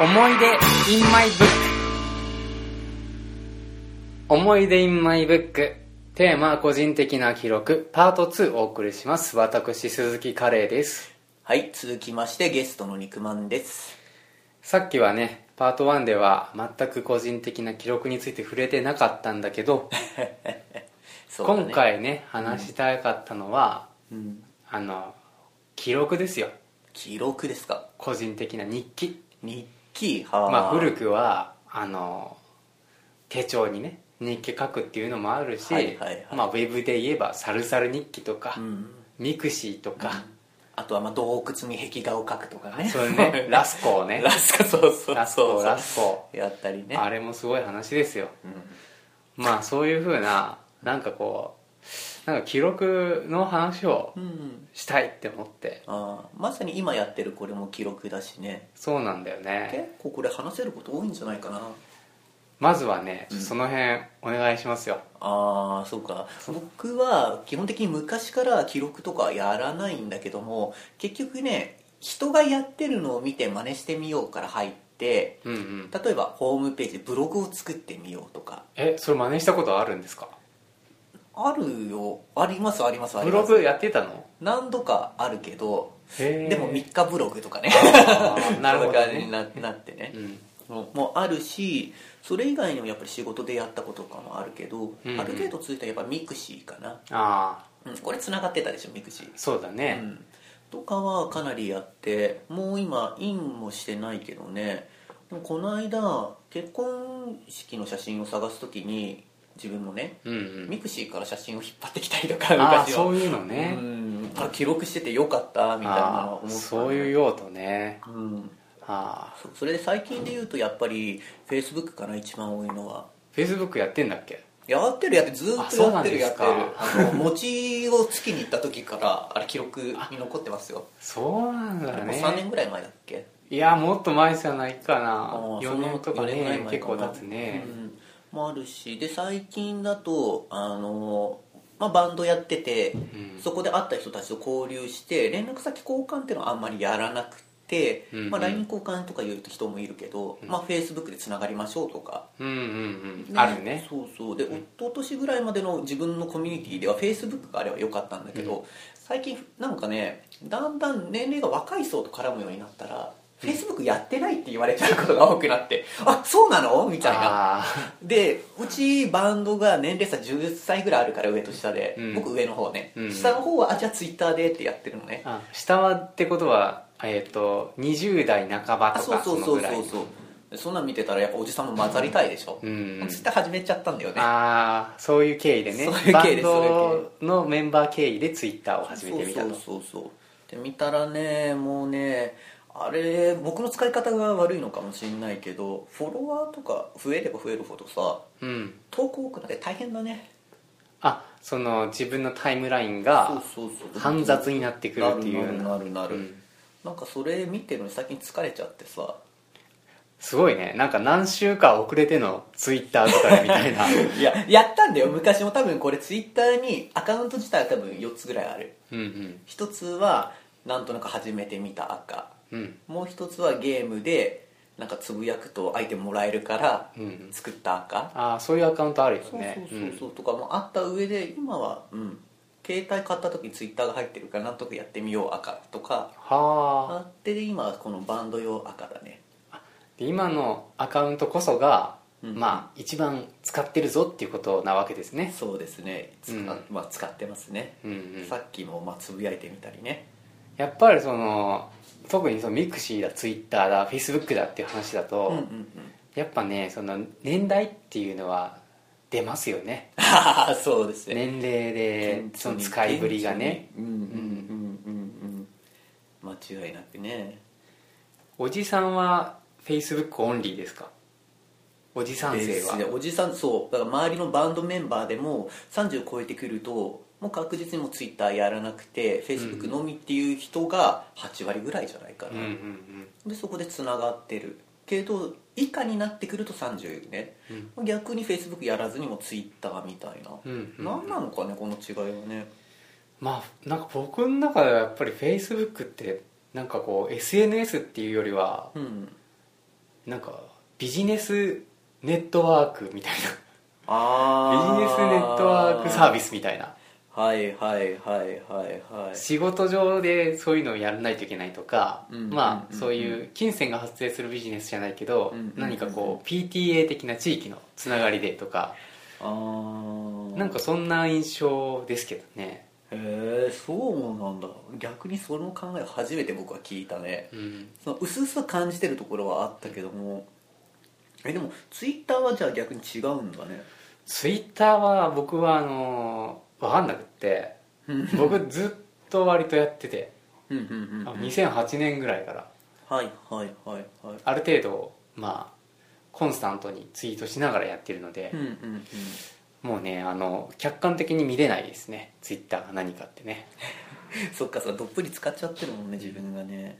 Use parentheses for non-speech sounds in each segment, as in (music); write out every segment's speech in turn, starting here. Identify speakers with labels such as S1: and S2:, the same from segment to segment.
S1: 思い出 in my book 思い出 in my book テーマ個人的な記録パート2お送りします私鈴木カレーです
S2: はい続きましてゲストの肉まんです
S1: さっきはねパート1では全く個人的な記録について触れてなかったんだけど
S2: そうだね
S1: 今回ね話したかったのは、
S2: うん
S1: あの記録ですよ
S2: 記録ですか
S1: 個人的な日記
S2: 日記は
S1: まあ、古くはあの手帳にね日記書くっていうのもあるし、
S2: はいはいはい
S1: まあ、ウェブで言えば「サルサル日記」とか、
S2: うん
S1: ミクシー」とか、
S2: あとはまあ洞窟に壁画を描くとかね
S1: そういう
S2: (laughs)
S1: ねラスコをね
S2: ラスカそうそう
S1: ラスコ
S2: そうそう
S1: ラスコ
S2: やったりね
S1: あれもすごい話ですよ
S2: うん
S1: まあそういうふうななんかこうなんか記録の話を
S2: うん
S1: したいって思って
S2: あーまさに今やってるこれも記録だしね
S1: そうなんだよね
S2: 結構これ話せること多いんじゃないかな
S1: まずはね、
S2: うん
S1: その辺お願いしますよ
S2: ああそうか僕は基本的に昔から記録とかやらないんだけども結局ね人がやってるのを見て真似してみようから入って
S1: うんうん
S2: 例えばホームページでブログを作ってみようとか
S1: えそれ真似したことあるんですか
S2: あるよありますありますあ
S1: ブ
S2: り
S1: ロ
S2: ます
S1: グやってたの
S2: 何度かあるけど
S1: へー
S2: でも3日ブログとかね
S1: あーなるほどね
S2: そんな感じにななってね
S1: う、ん
S2: ももあるしそれ以外にもやっぱり仕事でやったこととかもあるけど、
S1: うんうん
S2: ある程度ついたらやっぱミクシーかな、
S1: ああ
S2: うん、これつながってたでしょミクシー
S1: そうだね、
S2: うんとかはかなりやってもう今インもしてないけどねでもこの間結婚式の写真を探す時に自分もね、
S1: うんう
S2: ミ
S1: ん
S2: クシーから写真を引っ張ってきたりとか
S1: ああ
S2: 昔は
S1: そういうのね、
S2: うんあ記録しててよかったみたいなのは
S1: あ
S2: 思っ
S1: あ
S2: た
S1: そういう、用途ね
S2: うん、
S1: ああ
S2: そそれで最近で言うとやっぱりフェイスブックかな一番多いのは
S1: フェイスブックやってんだっけ
S2: やってるやってるずー
S1: あ
S2: っと
S1: そう
S2: や
S1: なん
S2: ってる
S1: で
S2: や
S1: す
S2: って
S1: か
S2: るあの餅を月に行った時からあれ記録に残ってますよ
S1: そうなん
S2: も
S1: だ
S2: う3年
S1: ね
S2: ぐらい前だっけ
S1: いやもっと前じゃないかな
S2: ああ
S1: 4年とか
S2: そんな四ぐら
S1: ね
S2: い前
S1: 結構
S2: な
S1: 経つね、
S2: うんもあるしで最近だとあの、まあ、バンドやってて、
S1: ん
S2: そこで会った人たちと交流して連絡先交換っていうのはあんまりやらなくて、
S1: うんうん
S2: まあ、LINE 交換とかいう人もいるけど、まあ、Facebook でつながりましょうとか、
S1: うん、うんうんあるね
S2: そうそうで一昨年ぐらいまでの自分のコミュニティでは Facebook があればよかったんだけど、最近なんかねだんだん年齢が若い層と絡むようになったら Facebook やってないって言われちゃうことが多くなってあそうなのみたいな
S1: あ
S2: でうちバンドが年齢差10歳ぐらいあるから上と下で、
S1: うん
S2: 僕上の方ね、
S1: うん
S2: 下の方はあじゃあ Twitter でってやってるのね
S1: ああ下はってことはえっ、と20代半ば
S2: あ
S1: と
S2: そう
S1: か
S2: そ
S1: そうの
S2: そう
S1: ぐらい
S2: そうそうそんなん見てたらやっぱおじさんも混ざりたいでしょ、
S1: う
S2: ツイ
S1: ん
S2: ッター始めちゃったんだよね
S1: ああそういう経緯でね
S2: そういう
S1: バ
S2: 経緯
S1: ン
S2: ですそういう経緯
S1: ドのメンバー経緯でツイッターを始めてみたと
S2: そうそうそうそうで見たらねもうねあれ僕の使い方が悪いのかもしれないけどフォロワーとか増えれば増えるほどさ
S1: うん
S2: 投稿多くなって大変だね
S1: あその自分のタイムライン
S2: そう
S1: が
S2: そうそう
S1: 煩雑になってくるっていうような
S2: なるなるなる、
S1: うん
S2: なんかそれ見てるのに最近疲れちゃってさ
S1: すごいねなんか何週間遅れてのツイッターとかみたい
S2: (laughs)
S1: な
S2: いややったんだよ昔も多分これツイッターにアカウント自体は多分4つぐらいある
S1: うんうん
S2: 一つはなんとなく始めてみた赤
S1: うん
S2: もう一つはゲームでなんかつぶやくとアイテムもらえるから
S1: うん
S2: 作った赤、
S1: ああそういうアカウントあるよ
S2: そう
S1: ね
S2: そうそうそうとかもあった上で今はうん携帯買った時ツイッターが入ってるからなんとかやってみよう赤とか
S1: はあ
S2: あってで今はこのバンド用赤だね
S1: で今のアカウントこそが、
S2: うん
S1: まあ一番使ってるぞっていうことなわけですね
S2: そうですね使,、
S1: うん
S2: まあ、使ってますね、
S1: うんうん
S2: さっきもまあつぶやいてみたりね
S1: やっぱりその特にそのミクシーだツイッターだフェイスブックだっていう話だと、
S2: うんうん (laughs) うん
S1: やっぱねその年代っていうのは出ますよね
S2: ああそうですね
S1: 年齢で
S2: 本当に
S1: その使いぶりがね
S2: うんうんうんうんうん間違いなくね
S1: おじさんはフェイスブックオンリーですかおじさん
S2: で
S1: 生
S2: すね
S1: は
S2: おじさんそうだから周りのバンドメンバーでも30超えてくるともう確実にもうツイッターやらなくてフェイスブックのみっていう人が8割ぐらいじゃないか
S1: うん
S2: な、
S1: うんうん
S2: でそこでつながってるけど以下になってくると30ね、逆にフェイスブックやらずにもツイッターみたいな、
S1: うんうん
S2: 何なのかねこの違いはね
S1: まあなんか僕の中ではやっぱりフェイスブックってなんかこう SNS っていうよりは
S2: うん
S1: なんかビジネスネットワークみたいなビ
S2: あ
S1: ジネスネットワークサービ
S2: ス
S1: スみたいな
S2: はいはいはいはいはい
S1: 仕事上でそういうのをやらないといけないとか、
S2: うん
S1: まあ
S2: うん
S1: そういう金銭が発生するビジネスじゃないけど、
S2: うん
S1: 何かこう PTA 的な地域のつながりでとか、
S2: あー
S1: なんかそんな印象ですけどね、
S2: へえそうなんだ逆にその考えを初めて僕は聞いたね
S1: うん、
S2: その薄々は感じてるところはあったけどもえでもツイッターはじゃあ逆に違うんだね
S1: ツイッターは僕はあの分かんなくって
S2: うん
S1: 僕ずっと割とやってて
S2: うんうんうんうん
S1: あ
S2: はい
S1: 2008年ぐらいから
S2: はいはいはい
S1: ある程度まあコンスタントにツイートしながらやってるので
S2: うん、うんうん
S1: もうねあの客観的に見れないですねツイッターが何かってね
S2: そっかそっかどっぷり使っちゃってるもんね自分がねへ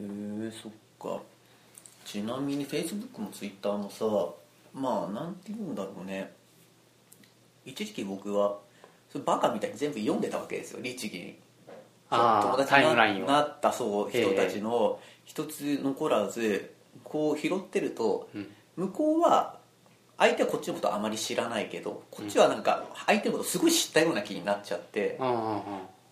S2: えそっかちなみにフェイスブックもツイッターもさまあなんて言うんだろうね一時期僕はそれバカみたいに全部読んでたわけですよ律儀に
S1: ああタイムライン
S2: に
S1: を
S2: なったそう人たちの一つ残らずこう拾ってると
S1: うん
S2: 向こうは相手はこっちのことあまり知らないけどこっちはなんか相手のことすごい知ったような気になっちゃって
S1: うん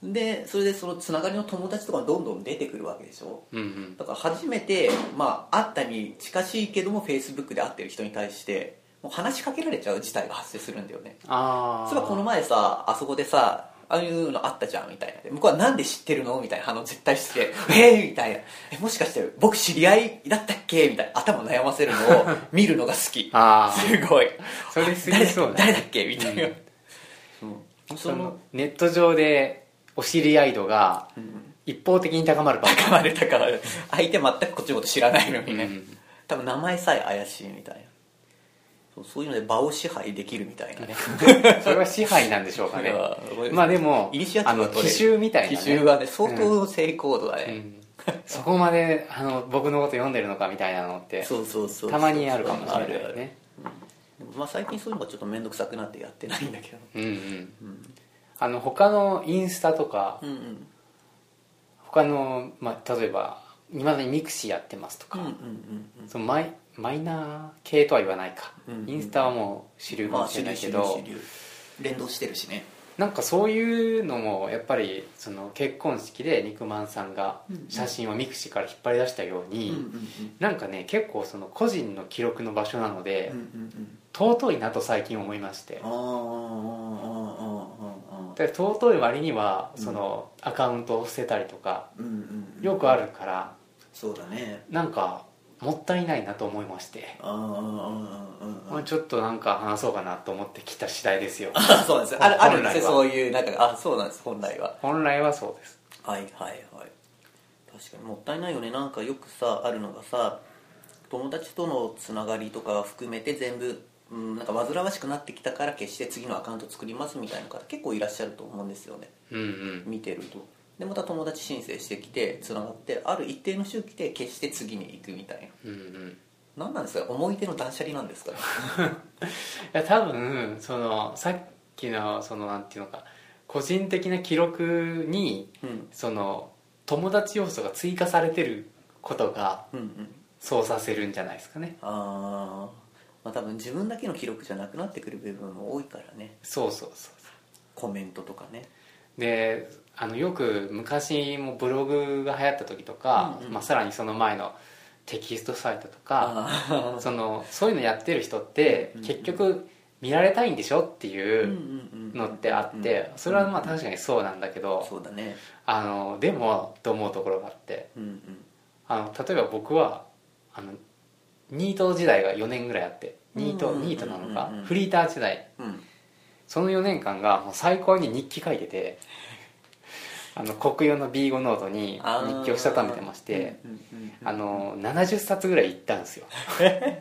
S1: うん
S2: でそれでそのつながりの友達とかがどんどん出てくるわけでしょ
S1: うんうん
S2: だから初めてまあ会ったに近しいけどもフェイスブックで会ってる人に対してもう話しかけられちゃう事態が発生するんだよね
S1: ああ
S2: それはこの前さあそこでさああいうのあったじゃんみたいなで向こうはなんで知ってるのみたいな反応絶対して (laughs) 「えー!」みたいなえ「もしかして僕知り合いだったっけ?」みたいな頭悩ませるのを
S1: (laughs)
S2: 見るのが好き
S1: ああ
S2: すごい
S1: それすぎそうだ
S2: 誰
S1: ね
S2: だっけ誰だっけみたいな、うんそ
S1: そ
S2: の
S1: のネット上でお知り合い度が一方的に高まるば
S2: (laughs)
S1: っか
S2: 高まる高まる相手全くこっちのこと知らないのに
S1: り
S2: ね、
S1: うん
S2: 多分名前さえ怪しいみたいなそうそういうので場を支配できるみたいなね
S1: それは支配なんでしょうかね
S2: いやこれ
S1: まあでも
S2: イニシアチ
S1: あ
S2: ブ
S1: の
S2: が取れる
S1: 奇襲みたいな、ね、
S2: 奇襲がね相当の成功度だね、
S1: うんそこまであの僕のこと読んでるのかみたいなのって
S2: そうそうそう
S1: たまにあるかもしれないよ
S2: あるある
S1: ね
S2: まあ最近そういうのがちょっと面倒くさくなってやってないんだけど
S1: うんうんあの他のインスタとか
S2: うんうん
S1: 他の、まあ、例えばいまだにミクシーやってますと
S2: う
S1: か、
S2: んうん
S1: そのマイマイナー系とは言わないか、
S2: うんうん
S1: インスタはもう主
S2: う
S1: 流
S2: ん
S1: か
S2: まあ
S1: もしれ
S2: 主
S1: な
S2: 流
S1: いけ
S2: 主流
S1: ど、
S2: 主流連動してるしね
S1: なんかそういうのもやっぱりその結婚式で肉まんさんが写真をミクシーから引っ張り出したように、
S2: うんうん
S1: なんかね結構その個人の記録の場所なので、
S2: うんうんうん
S1: 尊いなと最近思いまして
S2: あーあーあーあーあー
S1: で尊い割には
S2: うん
S1: そのアカウントを捨てたりとか
S2: うんうんうん
S1: よくあるから
S2: そうだね
S1: なんかもったいないなと思いまして、
S2: あーあーあーあー
S1: まあ、ちょっとなんか話そうかなと思ってきた次第です
S2: (laughs)
S1: よ
S2: あそうなんですよあるあるんですよそ
S1: 本
S2: ういうなんかあそうなんです本来は
S1: 本来はそうです
S2: はいはいはい確かにもったいないよねなんかよくさあるのがさ友達とのつながりとか含めて全部、うん、なんか煩わしくなってきたから決して次のアカウント作りますみたいな方結構いらっしゃると思うんですよね
S1: うんうん
S2: 見てるとでまた友達申請してきてつながってある一定の周期で決して次に行くみたい
S1: うんうん
S2: な何なんですか思い出の断捨離なんですかね
S1: いや多分そのさっきのそのなんていうのか個人的な記録に
S2: うん
S1: その友達要素が追加されてることが
S2: うんうん
S1: そうさせるんじゃないですかね
S2: あーまあ多分自分だけの記録じゃなくなってくる部分も多いからね
S1: そうそうそう
S2: コメントとかね
S1: であのよく昔もブログが流行った時とか、
S2: うんうん
S1: まあ、さらにその前のテキストサイトとか
S2: あ
S1: そのそういうのやってる人って
S2: うんうん
S1: 結局見られたいんでしょって
S2: あ
S1: いうのってあってそれはまあ確かにそうなんだけど
S2: そうだね
S1: あのでもと思うところがあって
S2: うんうん
S1: あの例えば僕はあのニート時代が4年ぐらいあってニート
S2: うんうんうんうん
S1: ニートなのかフリーター時代
S2: うん
S1: その4年間がもう最高に日記書いて
S2: (laughs)
S1: てあの国用の B5 ノートに
S2: あー
S1: 日記をしたためてまして
S2: うんうんうん
S1: あの70冊ぐらいいったん
S2: (laughs)
S1: ですよ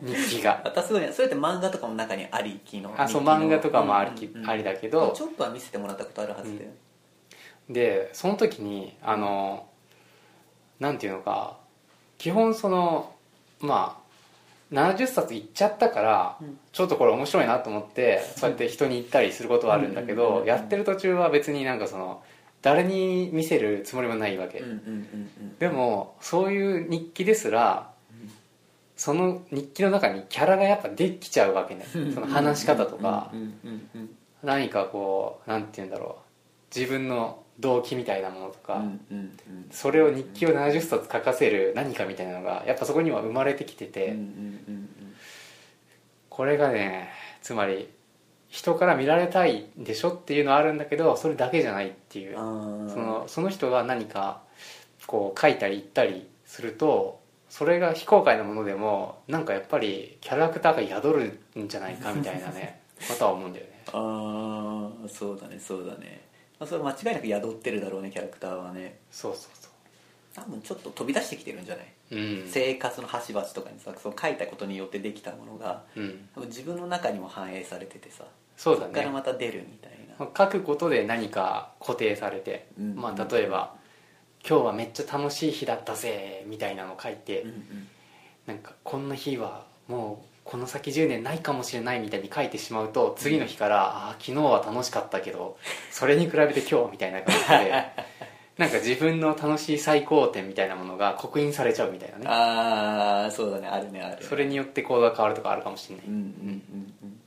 S1: 日記が
S2: またすごいねそれって漫画とかも中にありきの
S1: あそう
S2: 人気の
S1: 漫画とかもありき
S2: うんうんうん
S1: ありだけど
S2: ちょっとは見せてもらったことあるはずで
S1: でその時にあのなんていうのか基本そのまあ70冊いっちゃったから、
S2: うん
S1: ちょっとこれ面白いなと思ってそうやって人に言ったりすることはあるんだけ
S2: うんうんうん
S1: ど
S2: うん
S1: やってる途中は別になんかその誰に見せるつもりもないわけ、
S2: うんうんうんうん
S1: でもそういう日記ですらその日記の中にキャラがやっぱできちゃうわけねその話し方とか
S2: うんうんうん
S1: 何かこうなんて言うんだろう自分の動機みたいなものと
S2: う
S1: か、
S2: んうんうんうん
S1: それを日記を70冊書かせる何かみたいなのがやっぱそこには生まれてきてて、
S2: うんうんうんうん
S1: これがねつまり人から見られたいんでしょっていうのはあるんだけどそれだけじゃないっていう
S2: あー
S1: そのその人が何かこう書いたり言ったりするとそれが非公開なものでもなんかやっぱりキャラクターが宿るんじゃないかみたいなね
S2: (laughs)
S1: ことは思うんだよね
S2: ああそうだねそうだね、まあ、それは間違いなく宿ってるだろうねキャラクターはね
S1: そうそうそ
S2: 多分ちょっと飛び出してきてるんじゃない、
S1: ううん、
S2: 生活の端々とかにさその書いたことによってできたものが
S1: うん、
S2: 多分自分の中にも反映されててさ
S1: そうだ
S2: そっから
S1: ね
S2: また出るみたいな、
S1: 書くことで何か固定されて、
S2: うん
S1: まあ、例えば「今日はめっちゃ楽しい日だったぜ」みたいなの書いて、
S2: うんうん
S1: なんかこんな日はもうこの先10年ないかもしれないみたいに書いてしまうと次の日から「ああ昨日は楽しかったけどそれに比べて今日」みたいな感じで (laughs) なんか自分の楽しい最高点みたいなものが刻印されちゃうみたいなね
S2: ああそうだねあるねある
S1: それによって行動が変わるとかあるかもしれない、
S2: うんうんうんうん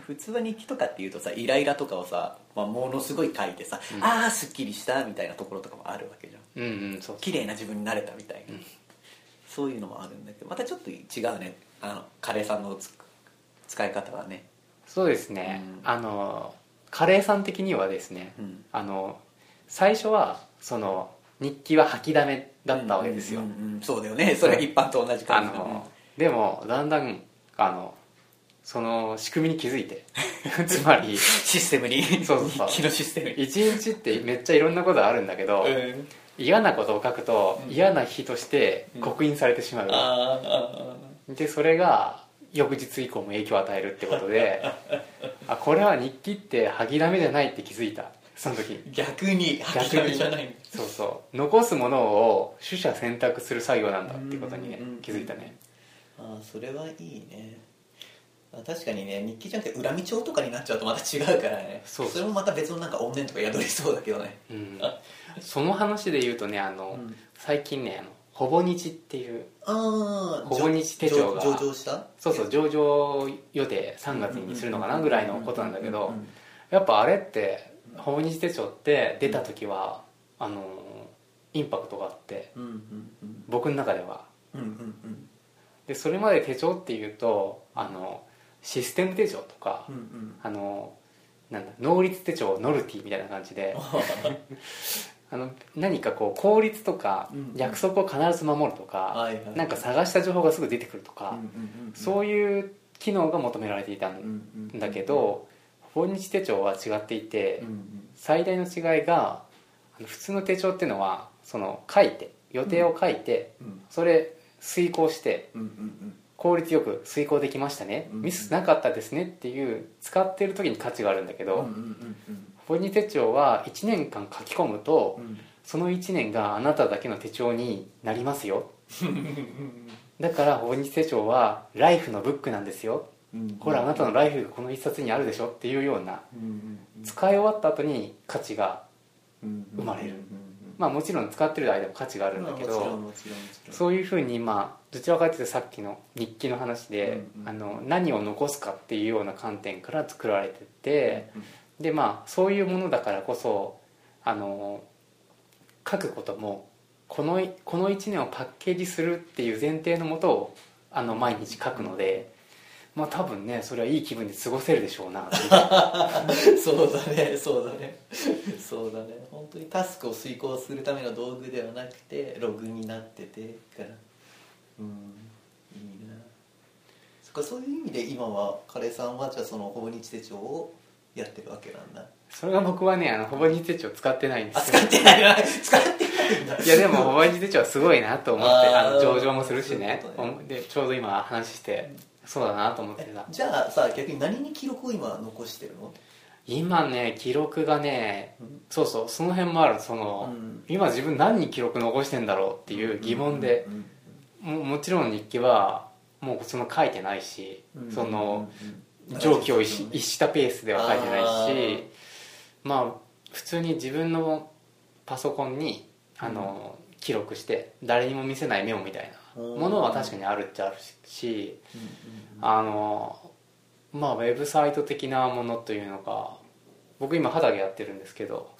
S2: 普通は日記とかっていうとさイライラとかをさ、まあ、ものすごい書いてさ、
S1: うん
S2: ああすっきりしたみたいなところとかもあるわけじゃ
S1: う
S2: ん
S1: んうんそう
S2: 綺麗な自分になれたみたいな、そういうのもあるんだけどまたちょっと違うねあのカレーさんのつ使い方はね、
S1: そうですね、
S2: うん
S1: あのカレーさん的にはですね、
S2: うん
S1: あの最初はその日記は吐きだめだったわけですよ、
S2: うんうんうんそうだよねそれは一般と同じ
S1: あ
S2: 感じだね
S1: のでもだんだんあのその仕組みに気づいて
S2: (laughs)
S1: つまり
S2: システムに
S1: そうそうそう
S2: 日記のシステムに、
S1: 一日ってめっちゃいろんなことあるんだけど、
S2: うん、
S1: 嫌なことを書くと
S2: うん
S1: 嫌な日として刻印されてしまう、
S2: あーあ
S1: でそれが翌日以降も影響を与えるってこと
S2: (laughs)
S1: であこれは日記って吐きだめじゃないって気づいたその時
S2: ー逆に
S1: 逆
S2: 諦め
S1: に
S2: じゃない
S1: そうそう残すものを取捨選択する作業なんだってことにね
S2: うんうんうん
S1: 気づいたね
S2: ああそれはいいねあ確かにね日記じゃなくて恨み帳とかになっちゃうとまた違うからね
S1: そうそう
S2: れもまた別のなんか怨念とか宿りそうだけどね
S1: うん
S2: あ
S1: その話で言うとねあの、
S2: うん
S1: 最近ねあのほぼ日っていう
S2: ああ
S1: ここに手帳が
S2: 上上上した
S1: そうそう上場予定3月にするのかなぐらいのことなんだけどやっぱあれって訪日手帳って出た時はあのインパクトがあって
S2: うんうんうん
S1: 僕の中では
S2: うんうんうん
S1: でそれまで手帳っていうとあのシステム手帳とか
S2: うんうん
S1: あのなんだ能率手帳ノルティみたいな感じ (laughs) であの何かこう効率とか
S2: うん
S1: 約束を必ず守るとか
S2: はいはい
S1: なんか探した情報がすぐ出てくると
S2: うん
S1: か
S2: うんうん
S1: そういう機能が求められていたん
S2: うんうんうん
S1: だけど訪日手帳は違っていて、
S2: うんうん
S1: 最大の違いがあの普通の手帳っていうのはその書いて予定を書いて、
S2: うん
S1: それ遂行して
S2: うんうん
S1: 効率よく遂行できましたね、
S2: うん
S1: ミスなかったですねっていう使ってる時に価値があるんだけ
S2: うん
S1: ど、
S2: うんうんうん
S1: 訪日手帳は1年間書き込むと、
S2: うん
S1: その1年があなただけの手帳になりますよだから訪日手帳はライフのブックなんですよ
S2: うん
S1: ほらあなたのライフがこの一冊にあるでしょっていうような
S2: うんうんうん
S1: 使い終わった後に価値が
S2: 生
S1: 生まれるま
S2: ま
S1: あもちろん使ってる間も価値があ
S2: あ
S1: るんだけ
S2: もちろん
S1: ど
S2: もちろんもちろん
S1: そういうふうにまあどちらかというとさっきの日記の話で、
S2: うんうん
S1: あの何を残すかっていうような観点から作られてて、でまあそういうものだからこそあの書くこともこのこの1年をパッケージするっていう前提のもとをあの毎日書くので、まあ多分ねそれはいい気分で過ごせるでしょう
S2: (laughs)
S1: なっていう
S2: そうだねそうだねそうだね本当にタスクを遂行するための道具ではなくてログになっててからうんいいなそっかそういう意味で今はカレーさんはじゃあその訪日手帳をやってるわけなんだ
S1: それが僕はねあのほぼ日手帳使ってないんです
S2: あ
S1: よ
S2: 使ってないな使ってないんだ
S1: いやでもホワイト手帳はすごいなと思って
S2: あー
S1: あの上場もするしね
S2: そういうことね
S1: おでちょうど今話してそうだなと思ってた
S2: じゃあさ逆に何に記録を今残してるの
S1: 今ね記録がね
S2: うん
S1: そうそうその辺もあるその、
S2: うん
S1: 今自分何に記録残してんだろうっていう疑問で
S2: う、ん
S1: ももちろん日記はもうその書いてないし、
S2: うん
S1: その
S2: うんうん
S1: 上記を一一したペースでは書いてないし
S2: あ
S1: まあ普通に自分のパソコンにあの、記録して誰にも見せないメモみたいなものは確かにあるっちゃあるしあのまあウェブサイト的なものというのか僕今畑やってるんですけど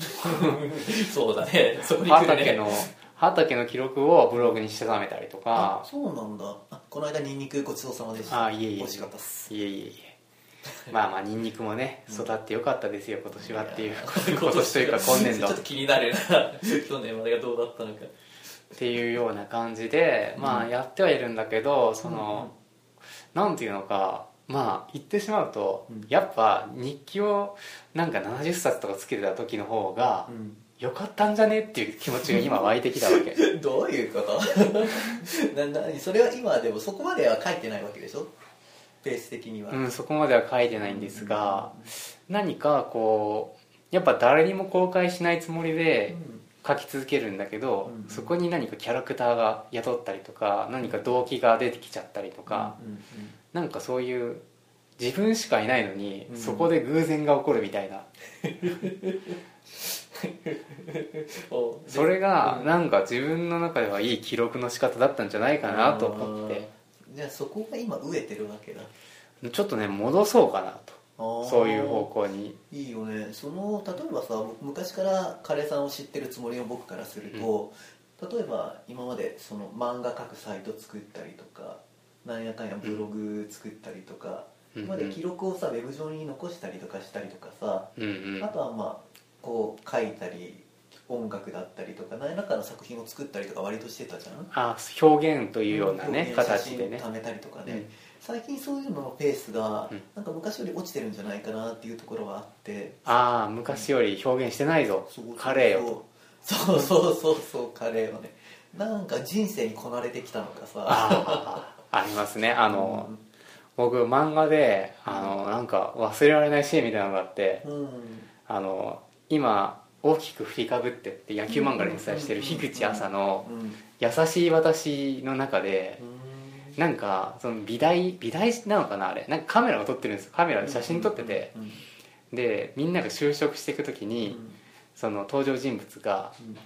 S2: そうだねそこに来る
S1: 畑
S2: ね
S1: の畑の記録をブログにしてためたりと
S2: あ
S1: か
S2: そうなんだあこの間ニンニクごちそうさまでした
S1: あいえいえ
S2: 美味しかったっす
S1: いえいえいえまあまあニンニクもね育ってよかったですよ今年はっていう (laughs) 今
S2: 今
S1: 年というか今年度
S2: ちょっ
S1: っ
S2: と気になる (laughs) な去年までがどうだったのか
S1: ていうような感じでまあやってはいるんだけどそのなんていうのかまあ言ってしまうと
S2: うん
S1: やっぱ日記をなんか70冊とかつけてた時の方が良かったんじゃねっていう気持ちが今湧いてきたわけ (laughs)
S2: どういうこと (laughs) ななそれは今でもそこまでは書いてないわけでしょペース的には、
S1: うんそこまでは書いてないんですが何かこうやっぱ誰にも公開しないつもり
S2: う
S1: で
S2: ん
S1: 書き続けるんだけど、
S2: うん
S1: そこに何かキャラクターが雇ったりとか何か動機が出てきちゃったりとか、
S2: うんうん
S1: なんかそういう自分しかいないのに、
S2: うん
S1: そこで偶然が起こるみたいな
S2: おで
S1: それが
S2: うん
S1: なんか自分の中ではいい記録の仕方だったんじゃないかなと思って
S2: じゃあそこが今飢えてるわけだ
S1: ちょっとね戻そうかなとそういう方向に
S2: いいよねその例えばさ僕昔から彼さんを知ってるつもりの僕からすると、例えば今までその漫画描くサイト作ったりとかなんやかんやブログ作ったりとか、
S1: うん
S2: 今まで記録をさウェブ上に残したりとかしたりとかさ、
S1: うんうん
S2: あとはまあこう書いたり音楽だったりとか何らかの作品を作ったりとか割としてたじゃん
S1: あ表現というようなね
S2: 表現
S1: 形でね
S2: 写真を貯めたりとかね、
S1: うん
S2: 最近そういうののペースが
S1: うん
S2: なんか昔より落ちてるんじゃないかなっていうところはあって
S1: ああ昔より表現してないぞ
S2: そうそう
S1: カレーを
S2: そうそうそうそうカレーをねなんか人生にこなれてきたのかさ
S1: ああありますねあ
S2: あ
S1: の、僕漫画であのなんか忘れられないシーンみたいなのがあって
S2: うん、うん
S1: あの今大きく振りかぶってって野球漫画で連載してる樋口朝の
S2: うん
S1: 「優しい私」の中でなんかその美大美大なのかなあれなんかカメラを撮ってるんですよカメラで写真撮ってて
S2: うん
S1: でみんなが就職していく時
S2: うん
S1: にその登場人物が
S2: うん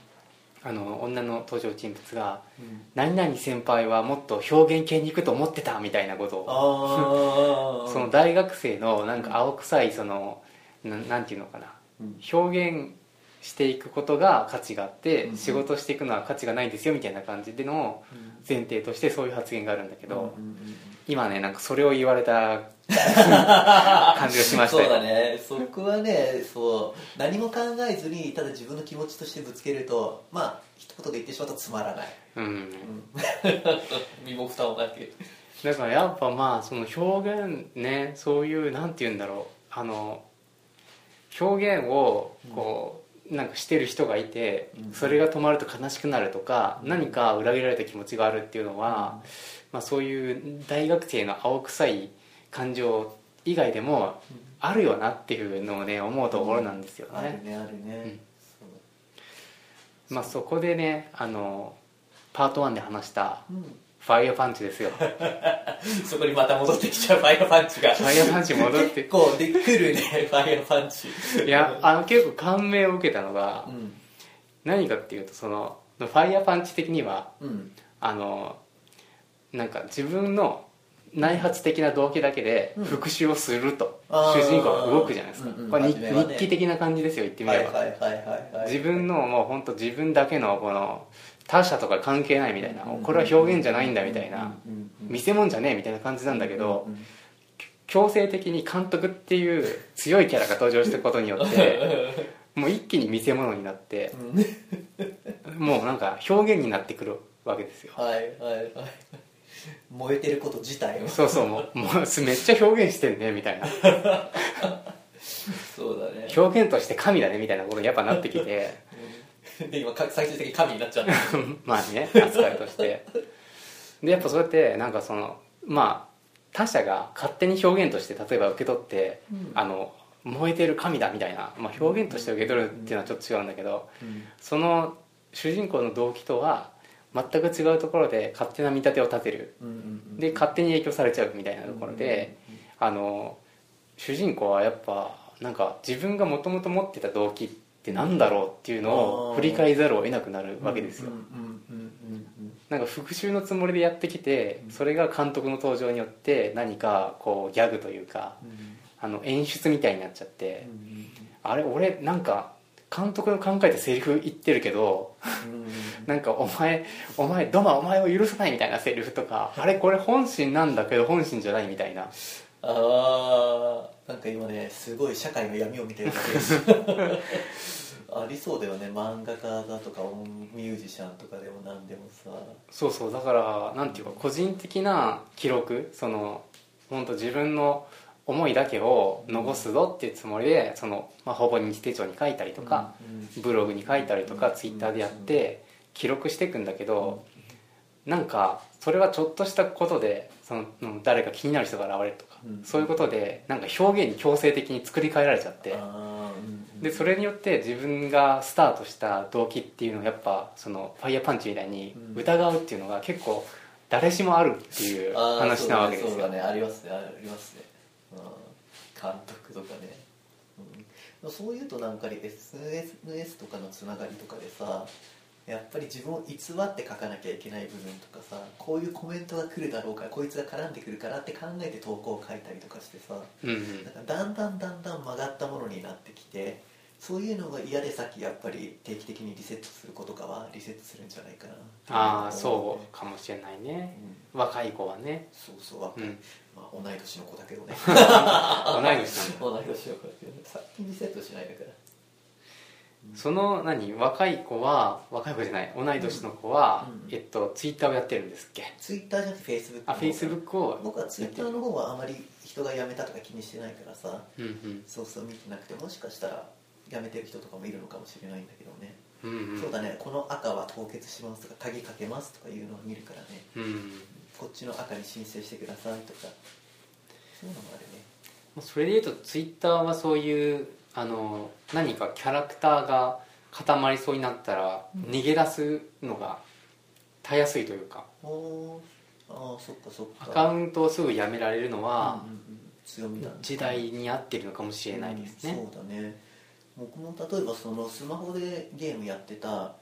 S1: あの女の登場人物が
S2: うん
S1: 「何々先輩はもっと表現系に行くと思ってた」みたいなことを
S2: ああ
S1: その大学生のなんか青臭いそのななんていうのかな表現していくことが価値があって、
S2: うん
S1: 仕事していくのは価値がないんですよみたいな感じでの前提としてそういう発言があるんだけど、今ねなんかそれを言われ
S2: (laughs)
S1: た感じがしました
S2: そう
S1: よ
S2: だねそこはねそう何も考えずにただ自分の気持ちとしてぶつけるとまあ一言で言ってしまうとつまらない、
S1: うん、
S2: うん、 (laughs) 身も蓋もなく
S1: だからやっぱまあその表現ねそういうなんて言うんだろうあの表現をこう、なんかしてる人がいて、
S2: うん
S1: それが止まると悲しくなるとか、何か裏切られた気持ちがあるっていうのは、まあ、そういう大学生の青臭い感情以外でも
S2: うん
S1: あるよなっていうのをね思うところなんですよ
S2: ある
S1: ね、
S2: ねあるね、
S1: うん
S2: そう
S1: まあ、そこでねあのパート1で話した
S2: うん
S1: ファイヤーパンチですよフ
S2: そこにまた戻ってきちゃうファイアパンチが
S1: ァイヤーパンチ戻っ
S2: (laughs) 結
S1: て
S2: 構でくるね (laughs) ファイアパンチ
S1: いやあの結構感銘を受けたのが
S2: うん
S1: 何かっていうとそのファイヤーパンチ的には
S2: うん
S1: あのなんか自分の内発的な動機だけで
S2: うん
S1: 復讐をすると、
S2: あー
S1: 主人公が動くじゃないですか、
S2: うんうん
S1: これ日,、
S2: 初めはね
S1: 記的な感じですよ言ってみ
S2: は
S1: れ
S2: い
S1: ば、
S2: はいはいはいはい
S1: 自分のもう本当自分だけのこの他者とか関係ないみたいな、
S2: うん
S1: これは表現じゃないんだみたいな、
S2: うんうんうん
S1: 見せ物じゃねえみたいな感じなんだけど、
S2: うんうん
S1: 強制的に監督っていう強いキャラが登場したことに
S2: (laughs)
S1: よってもう一気に見せ物になって
S2: うんうん
S1: もうなんか表現になってくるわけですよ
S2: はいはいはい燃えてること自体を
S1: そうそうもうもうめっちゃ表現してんねみたいな
S2: そうだね
S1: 表現として神だねみたいなことにやっぱなってきて (laughs)
S2: で今か最終的に神になっちゃった
S1: まあね扱いとしてでやっぱそうやってなんかそのまあ他者が勝手に表現として例えば受け取って、
S2: うん
S1: あの燃えてる神だみたいな、まあ、表現として受け取るっていうのはちょっと違うんだけど、
S2: うん
S1: その主人公の動機とは全く違うところで勝手な見立てを立てる
S2: うんうん
S1: で勝手に影響されちゃうみたいなところで、あの主人公はやっぱなんか自分がもともと持ってた動機ってなんだろうっていうのを振り返ざるを得なくなるわけですよ、
S2: うんうんうんうん
S1: なんか復習のつもりでやってきてそれが監督の登場によって何かこうギャグというか
S2: うんうん
S1: あの演出みたいになっちゃって
S2: う、ん
S1: あれ俺なんか監督の考えたセリフ言ってるけどなんかお前お前ドマお前を許さないみたいなセリフとかあれこれ本心なんだけど本心じゃないみたいな
S2: あーなんか今ねすごい社会の闇を見てるだけですありそうだよね漫画家だとかミュージシャンとかでも何でもさ
S1: そうそうだからなんていうか個人的な記録その本当自分の思いだけを残すぞっていうつもりでその、まあ、ほぼ日手帳に書いたりとか、
S2: うん
S1: ブログに書いたりと
S2: う
S1: か
S2: ん
S1: ツイッターでやって記録していくんだけどなんかそれはちょっとしたことでそのうん誰か気になる人が現れるとか
S2: うん
S1: そういうことでなんか表現に強制的に作り変えられちゃって
S2: あーうんうん
S1: でそれによって自分がスタートした動機っていうのをやっぱそのファイヤーパンチみたいに
S2: うん
S1: 疑うっていうのが結構誰しもあるっていう
S2: あー
S1: 話なわけです
S2: そう
S1: よ
S2: だねそうだねありますねありますね、うん、監督とかね、うん、そういうとなんかに SNS とかのつながりとかでさやっぱり自分を偽って書かなきゃいけない部分とかさこういうコメントが来るだろうからこいつが絡んでくるからって考えて投稿を書いたりとかしてさ
S1: うんうん
S2: なんかだんだんだんだん曲がったものになってきてそういうのが嫌でさっきやっぱり定期的にリセットすることかはリセットするんじゃないかな
S1: ああそうかもしれないね
S2: うん
S1: 若い子はね
S2: そうそう若
S1: う
S2: い
S1: ん
S2: まあ、同い年の子だけど
S1: (laughs)
S2: ね
S1: 同い年なんだ
S2: 同い年の子だけどね最近リセットしないだから
S1: その何若い子は若い子じゃない同い年の子は、
S2: うん
S1: えっとツイッターをやってるんですっけ
S2: ツイッターじゃなくてフェイスブック
S1: あフェイスブックを
S2: 僕はツイッターの方はあまり人が辞めたとか気にしてないからさ
S1: うんうん
S2: そうそう見てなくてもしかしたら辞めてる人とかもいるのかもしれないんだけどね、
S1: うんうん
S2: そうだねこの赤は凍結しますとか鍵かけますとかいうのを見るからね
S1: うん
S2: こっちの赤に申請してくださいとかそういうのもあるね
S1: それでいうとツイッターはそういうあの何かキャラクターが固まりそうになったら、
S2: うん
S1: 逃げ出すのがたやすいというか
S2: おーああそっかそっ
S1: ア
S2: か
S1: カウントをすぐやめられるのは
S2: う、んうんうん強みだね
S1: 時代に合ってるのかもしれないですね、
S2: うんそうだね僕も例えばそのスマホでゲームやってた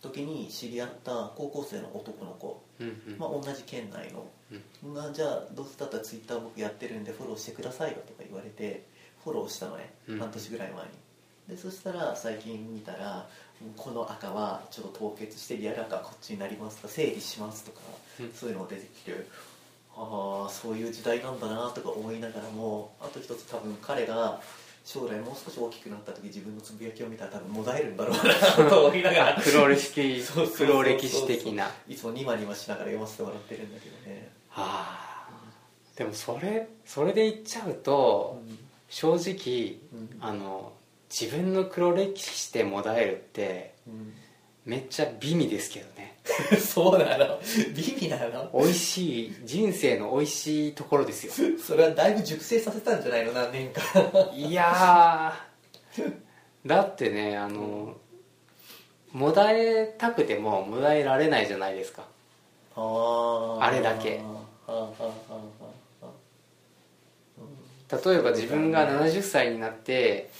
S2: 時に知り合った高校生の男の子、
S1: うんうん
S2: まあ、同じ県内の、がじゃあどうせだったらツイッター僕やってるんでフォローしてくださいよとか言われてフォローしたのね、
S1: うん
S2: 半年ぐらい前にでそしたら最近見たらこの赤はちょっと凍結してリアル赤はこっちになりますとか整理しますとか、
S1: うん
S2: そういうのが出てきてああそういう時代なんだなとか思いながらもあと一つ多分彼が将来もう少し大きくなった時自分のつぶやきを見たら多分もだえるんだろうなと思いながら
S1: 黒歴史
S2: (laughs) そうそうそうそう
S1: 黒歴史的ない
S2: つもニマニマしながら読ませてもらってるんだけどね、
S1: はあでもそれそれで言っちゃうと、正直
S2: うん
S1: あの自分の黒歴史でもだえるってめっちゃ美味ですけどね
S2: うん (laughs) そうなの美味なの
S1: 美味しい人生の美味しいところですよ
S2: それはだいぶ熟成させたんじゃないの何年か
S1: いやーだってねあのもだえたくてももだえられないじゃないですか
S2: あ
S1: あれだけ
S2: あーあーあーあーあー
S1: 例えば自分が70歳になって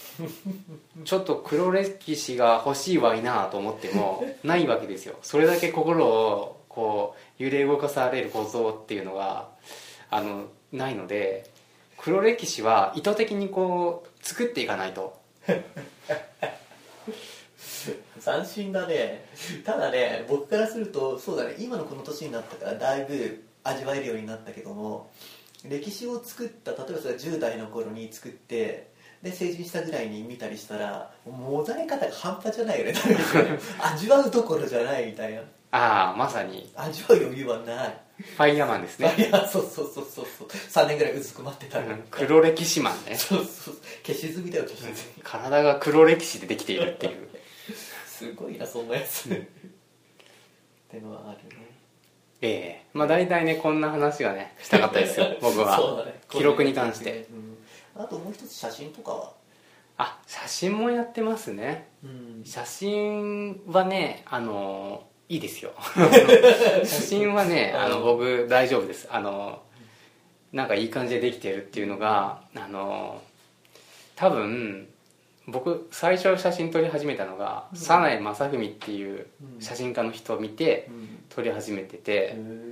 S1: ちょっと黒歴史が欲しいわいなと思って (laughs) もないわけですよそれだけ心をこう揺れ動かされる構造っていうのがあのないので黒歴史は意図的にこう作っていかないと
S2: 斬新だねただね僕からするとそうだね今のこの年になったからだいぶ味わえるようになったけども歴史を作った例えばそれは10代の頃に作ってで成人したぐらいに見たりしたらもざえ方が半端じゃないよね (laughs) 味わうどころじゃないみたいな
S1: ああまさに
S2: 味わう余裕はない
S1: ファイヤーマンですね
S2: いや (laughs) そうそうそうそうそう3年ぐらいうずくまってた
S1: う
S2: の、
S1: ん黒歴史マンね
S2: そうそう消し済みだよ消し済み
S1: 体が黒歴史でできているっていう
S2: すごいなそんなやつってのはあるね
S1: ええまあ大体ねこんな話がねしたかったです
S2: (laughs)
S1: よ僕
S2: そう
S1: は、
S2: だね
S1: 記録に関して、
S2: うんあともう一つ写真とかは
S1: あ写真もやってますね
S2: うん
S1: 写真はねあのいいです
S2: (laughs)
S1: よ写真はねあの僕大丈夫ですあのなんかいい感じでできてるっていうのがあの多分僕最初写真撮り始めたのが
S2: うん
S1: 早苗正文っていう写真家の人を見て
S2: うん
S1: 撮り始めて
S2: へ
S1: て、
S2: ー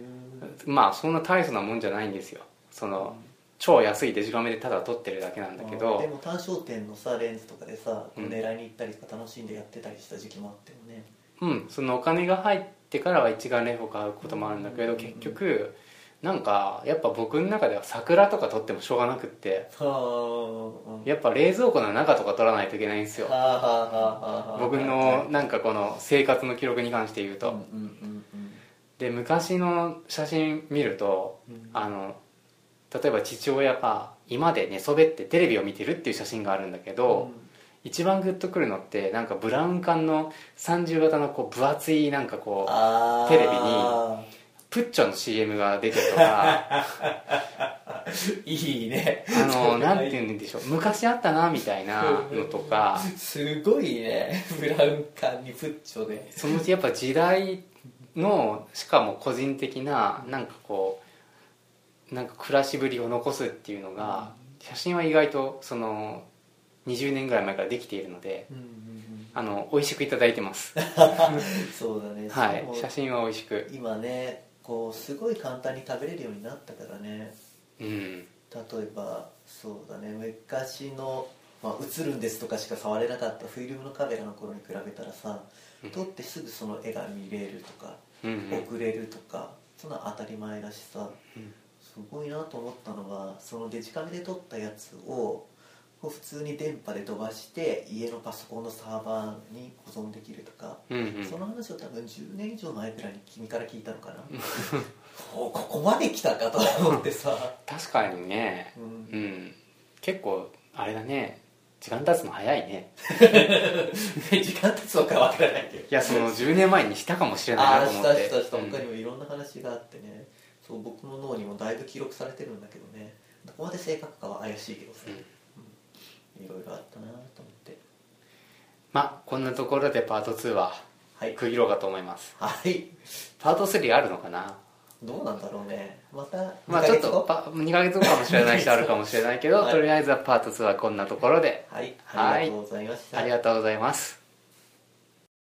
S1: まあそんな大層なもんじゃないんですよその超安いデジカメでただ撮ってるだけなんだけ
S2: あーで
S1: ど
S2: も単焦点のさレンズとかでさ
S1: うん
S2: 狙いに行ったりとか楽しんでやってたりした時期もあってもね
S1: うんそのお金が入ってからは一眼レフを買うこともあるんだけど
S2: うん
S1: 結局なんかやっぱ僕の中では桜とか撮ってもしょうがなくって
S2: はあうん
S1: やっぱ冷蔵庫の中とか撮らないといけないんですよ
S2: はあはあはあはあ
S1: 僕のなんかこの生活の記録に関して言うと、
S2: うんうんうん
S1: で昔の写真見ると
S2: うん
S1: あの例えば父親が居間で寝そべってテレビを見てるっていう写真があるんだけど、一番グッとくるのってなんかブラウン管の30型のこう分厚いなんかこう
S2: あー
S1: テレビプッチョの CM が出てると
S2: (laughs)
S1: か
S2: いいね
S1: あのなんて言うんでしょう昔あったなみたいなのと
S2: (laughs)
S1: か
S2: すごいねブラウン管にプッチョで
S1: そのうちやっぱ時代のしかも個人的ななんかこうなんか暮らしぶりを残すっていうのが写真は意外とその20年ぐらい前からできているので
S2: うんうん
S1: あの美味しくいただいてます
S2: (laughs) うんそうだね
S1: は
S2: し
S1: い
S2: かも
S1: 写真は美味しく
S2: 今ねこうすごい簡単に食べれるようになったからね
S1: うん
S2: 例えばそうだね昔の、まあ、映るんですとかしか触れなかったフィルムのカメラの頃に比べたらさ
S1: うん
S2: 撮ってすぐその絵が見れるとか
S1: うん
S2: 送れるとかそんなの当たり前だしさ
S1: うん
S2: すごいなと思ったのはそのデジカメで撮ったやつをこう普通に電波で飛ばして家のパソコンのサーバーに保存できるとか、
S1: うんうん
S2: その話を多分10年以上前くらいに君から聞いたのかな (laughs) おここまで来たかと思ってさ、
S1: 確かにね
S2: うん
S1: うん結構あれだね時間経つの早いね
S2: 時間経つのかわからないけど
S1: いやその10年前にしたかもしれない
S2: あ
S1: な
S2: あ
S1: と
S2: し
S1: 思
S2: た
S1: っ
S2: してたした
S1: うん
S2: 他にもいろんな話があってね、そう僕の脳にもだいぶ記録されてるんだけどねどこまで正確かは怪しいけどさ、うんいろいろあったなと思って
S1: まあこんなところでパート2は
S2: はい
S1: 区切ろうかと思います
S2: はい
S1: パート3あるのかな
S2: どうなんだろうねまた
S1: まあち
S2: 二
S1: ょ
S2: ヶ
S1: っ
S2: 月後
S1: とパ2ヶ月後かもしれないしあるかもしれないけど、
S2: はい
S1: とりあえずはパート2はこんなところで
S2: はい
S1: はい
S2: ありがとうございました
S1: ありがとうございます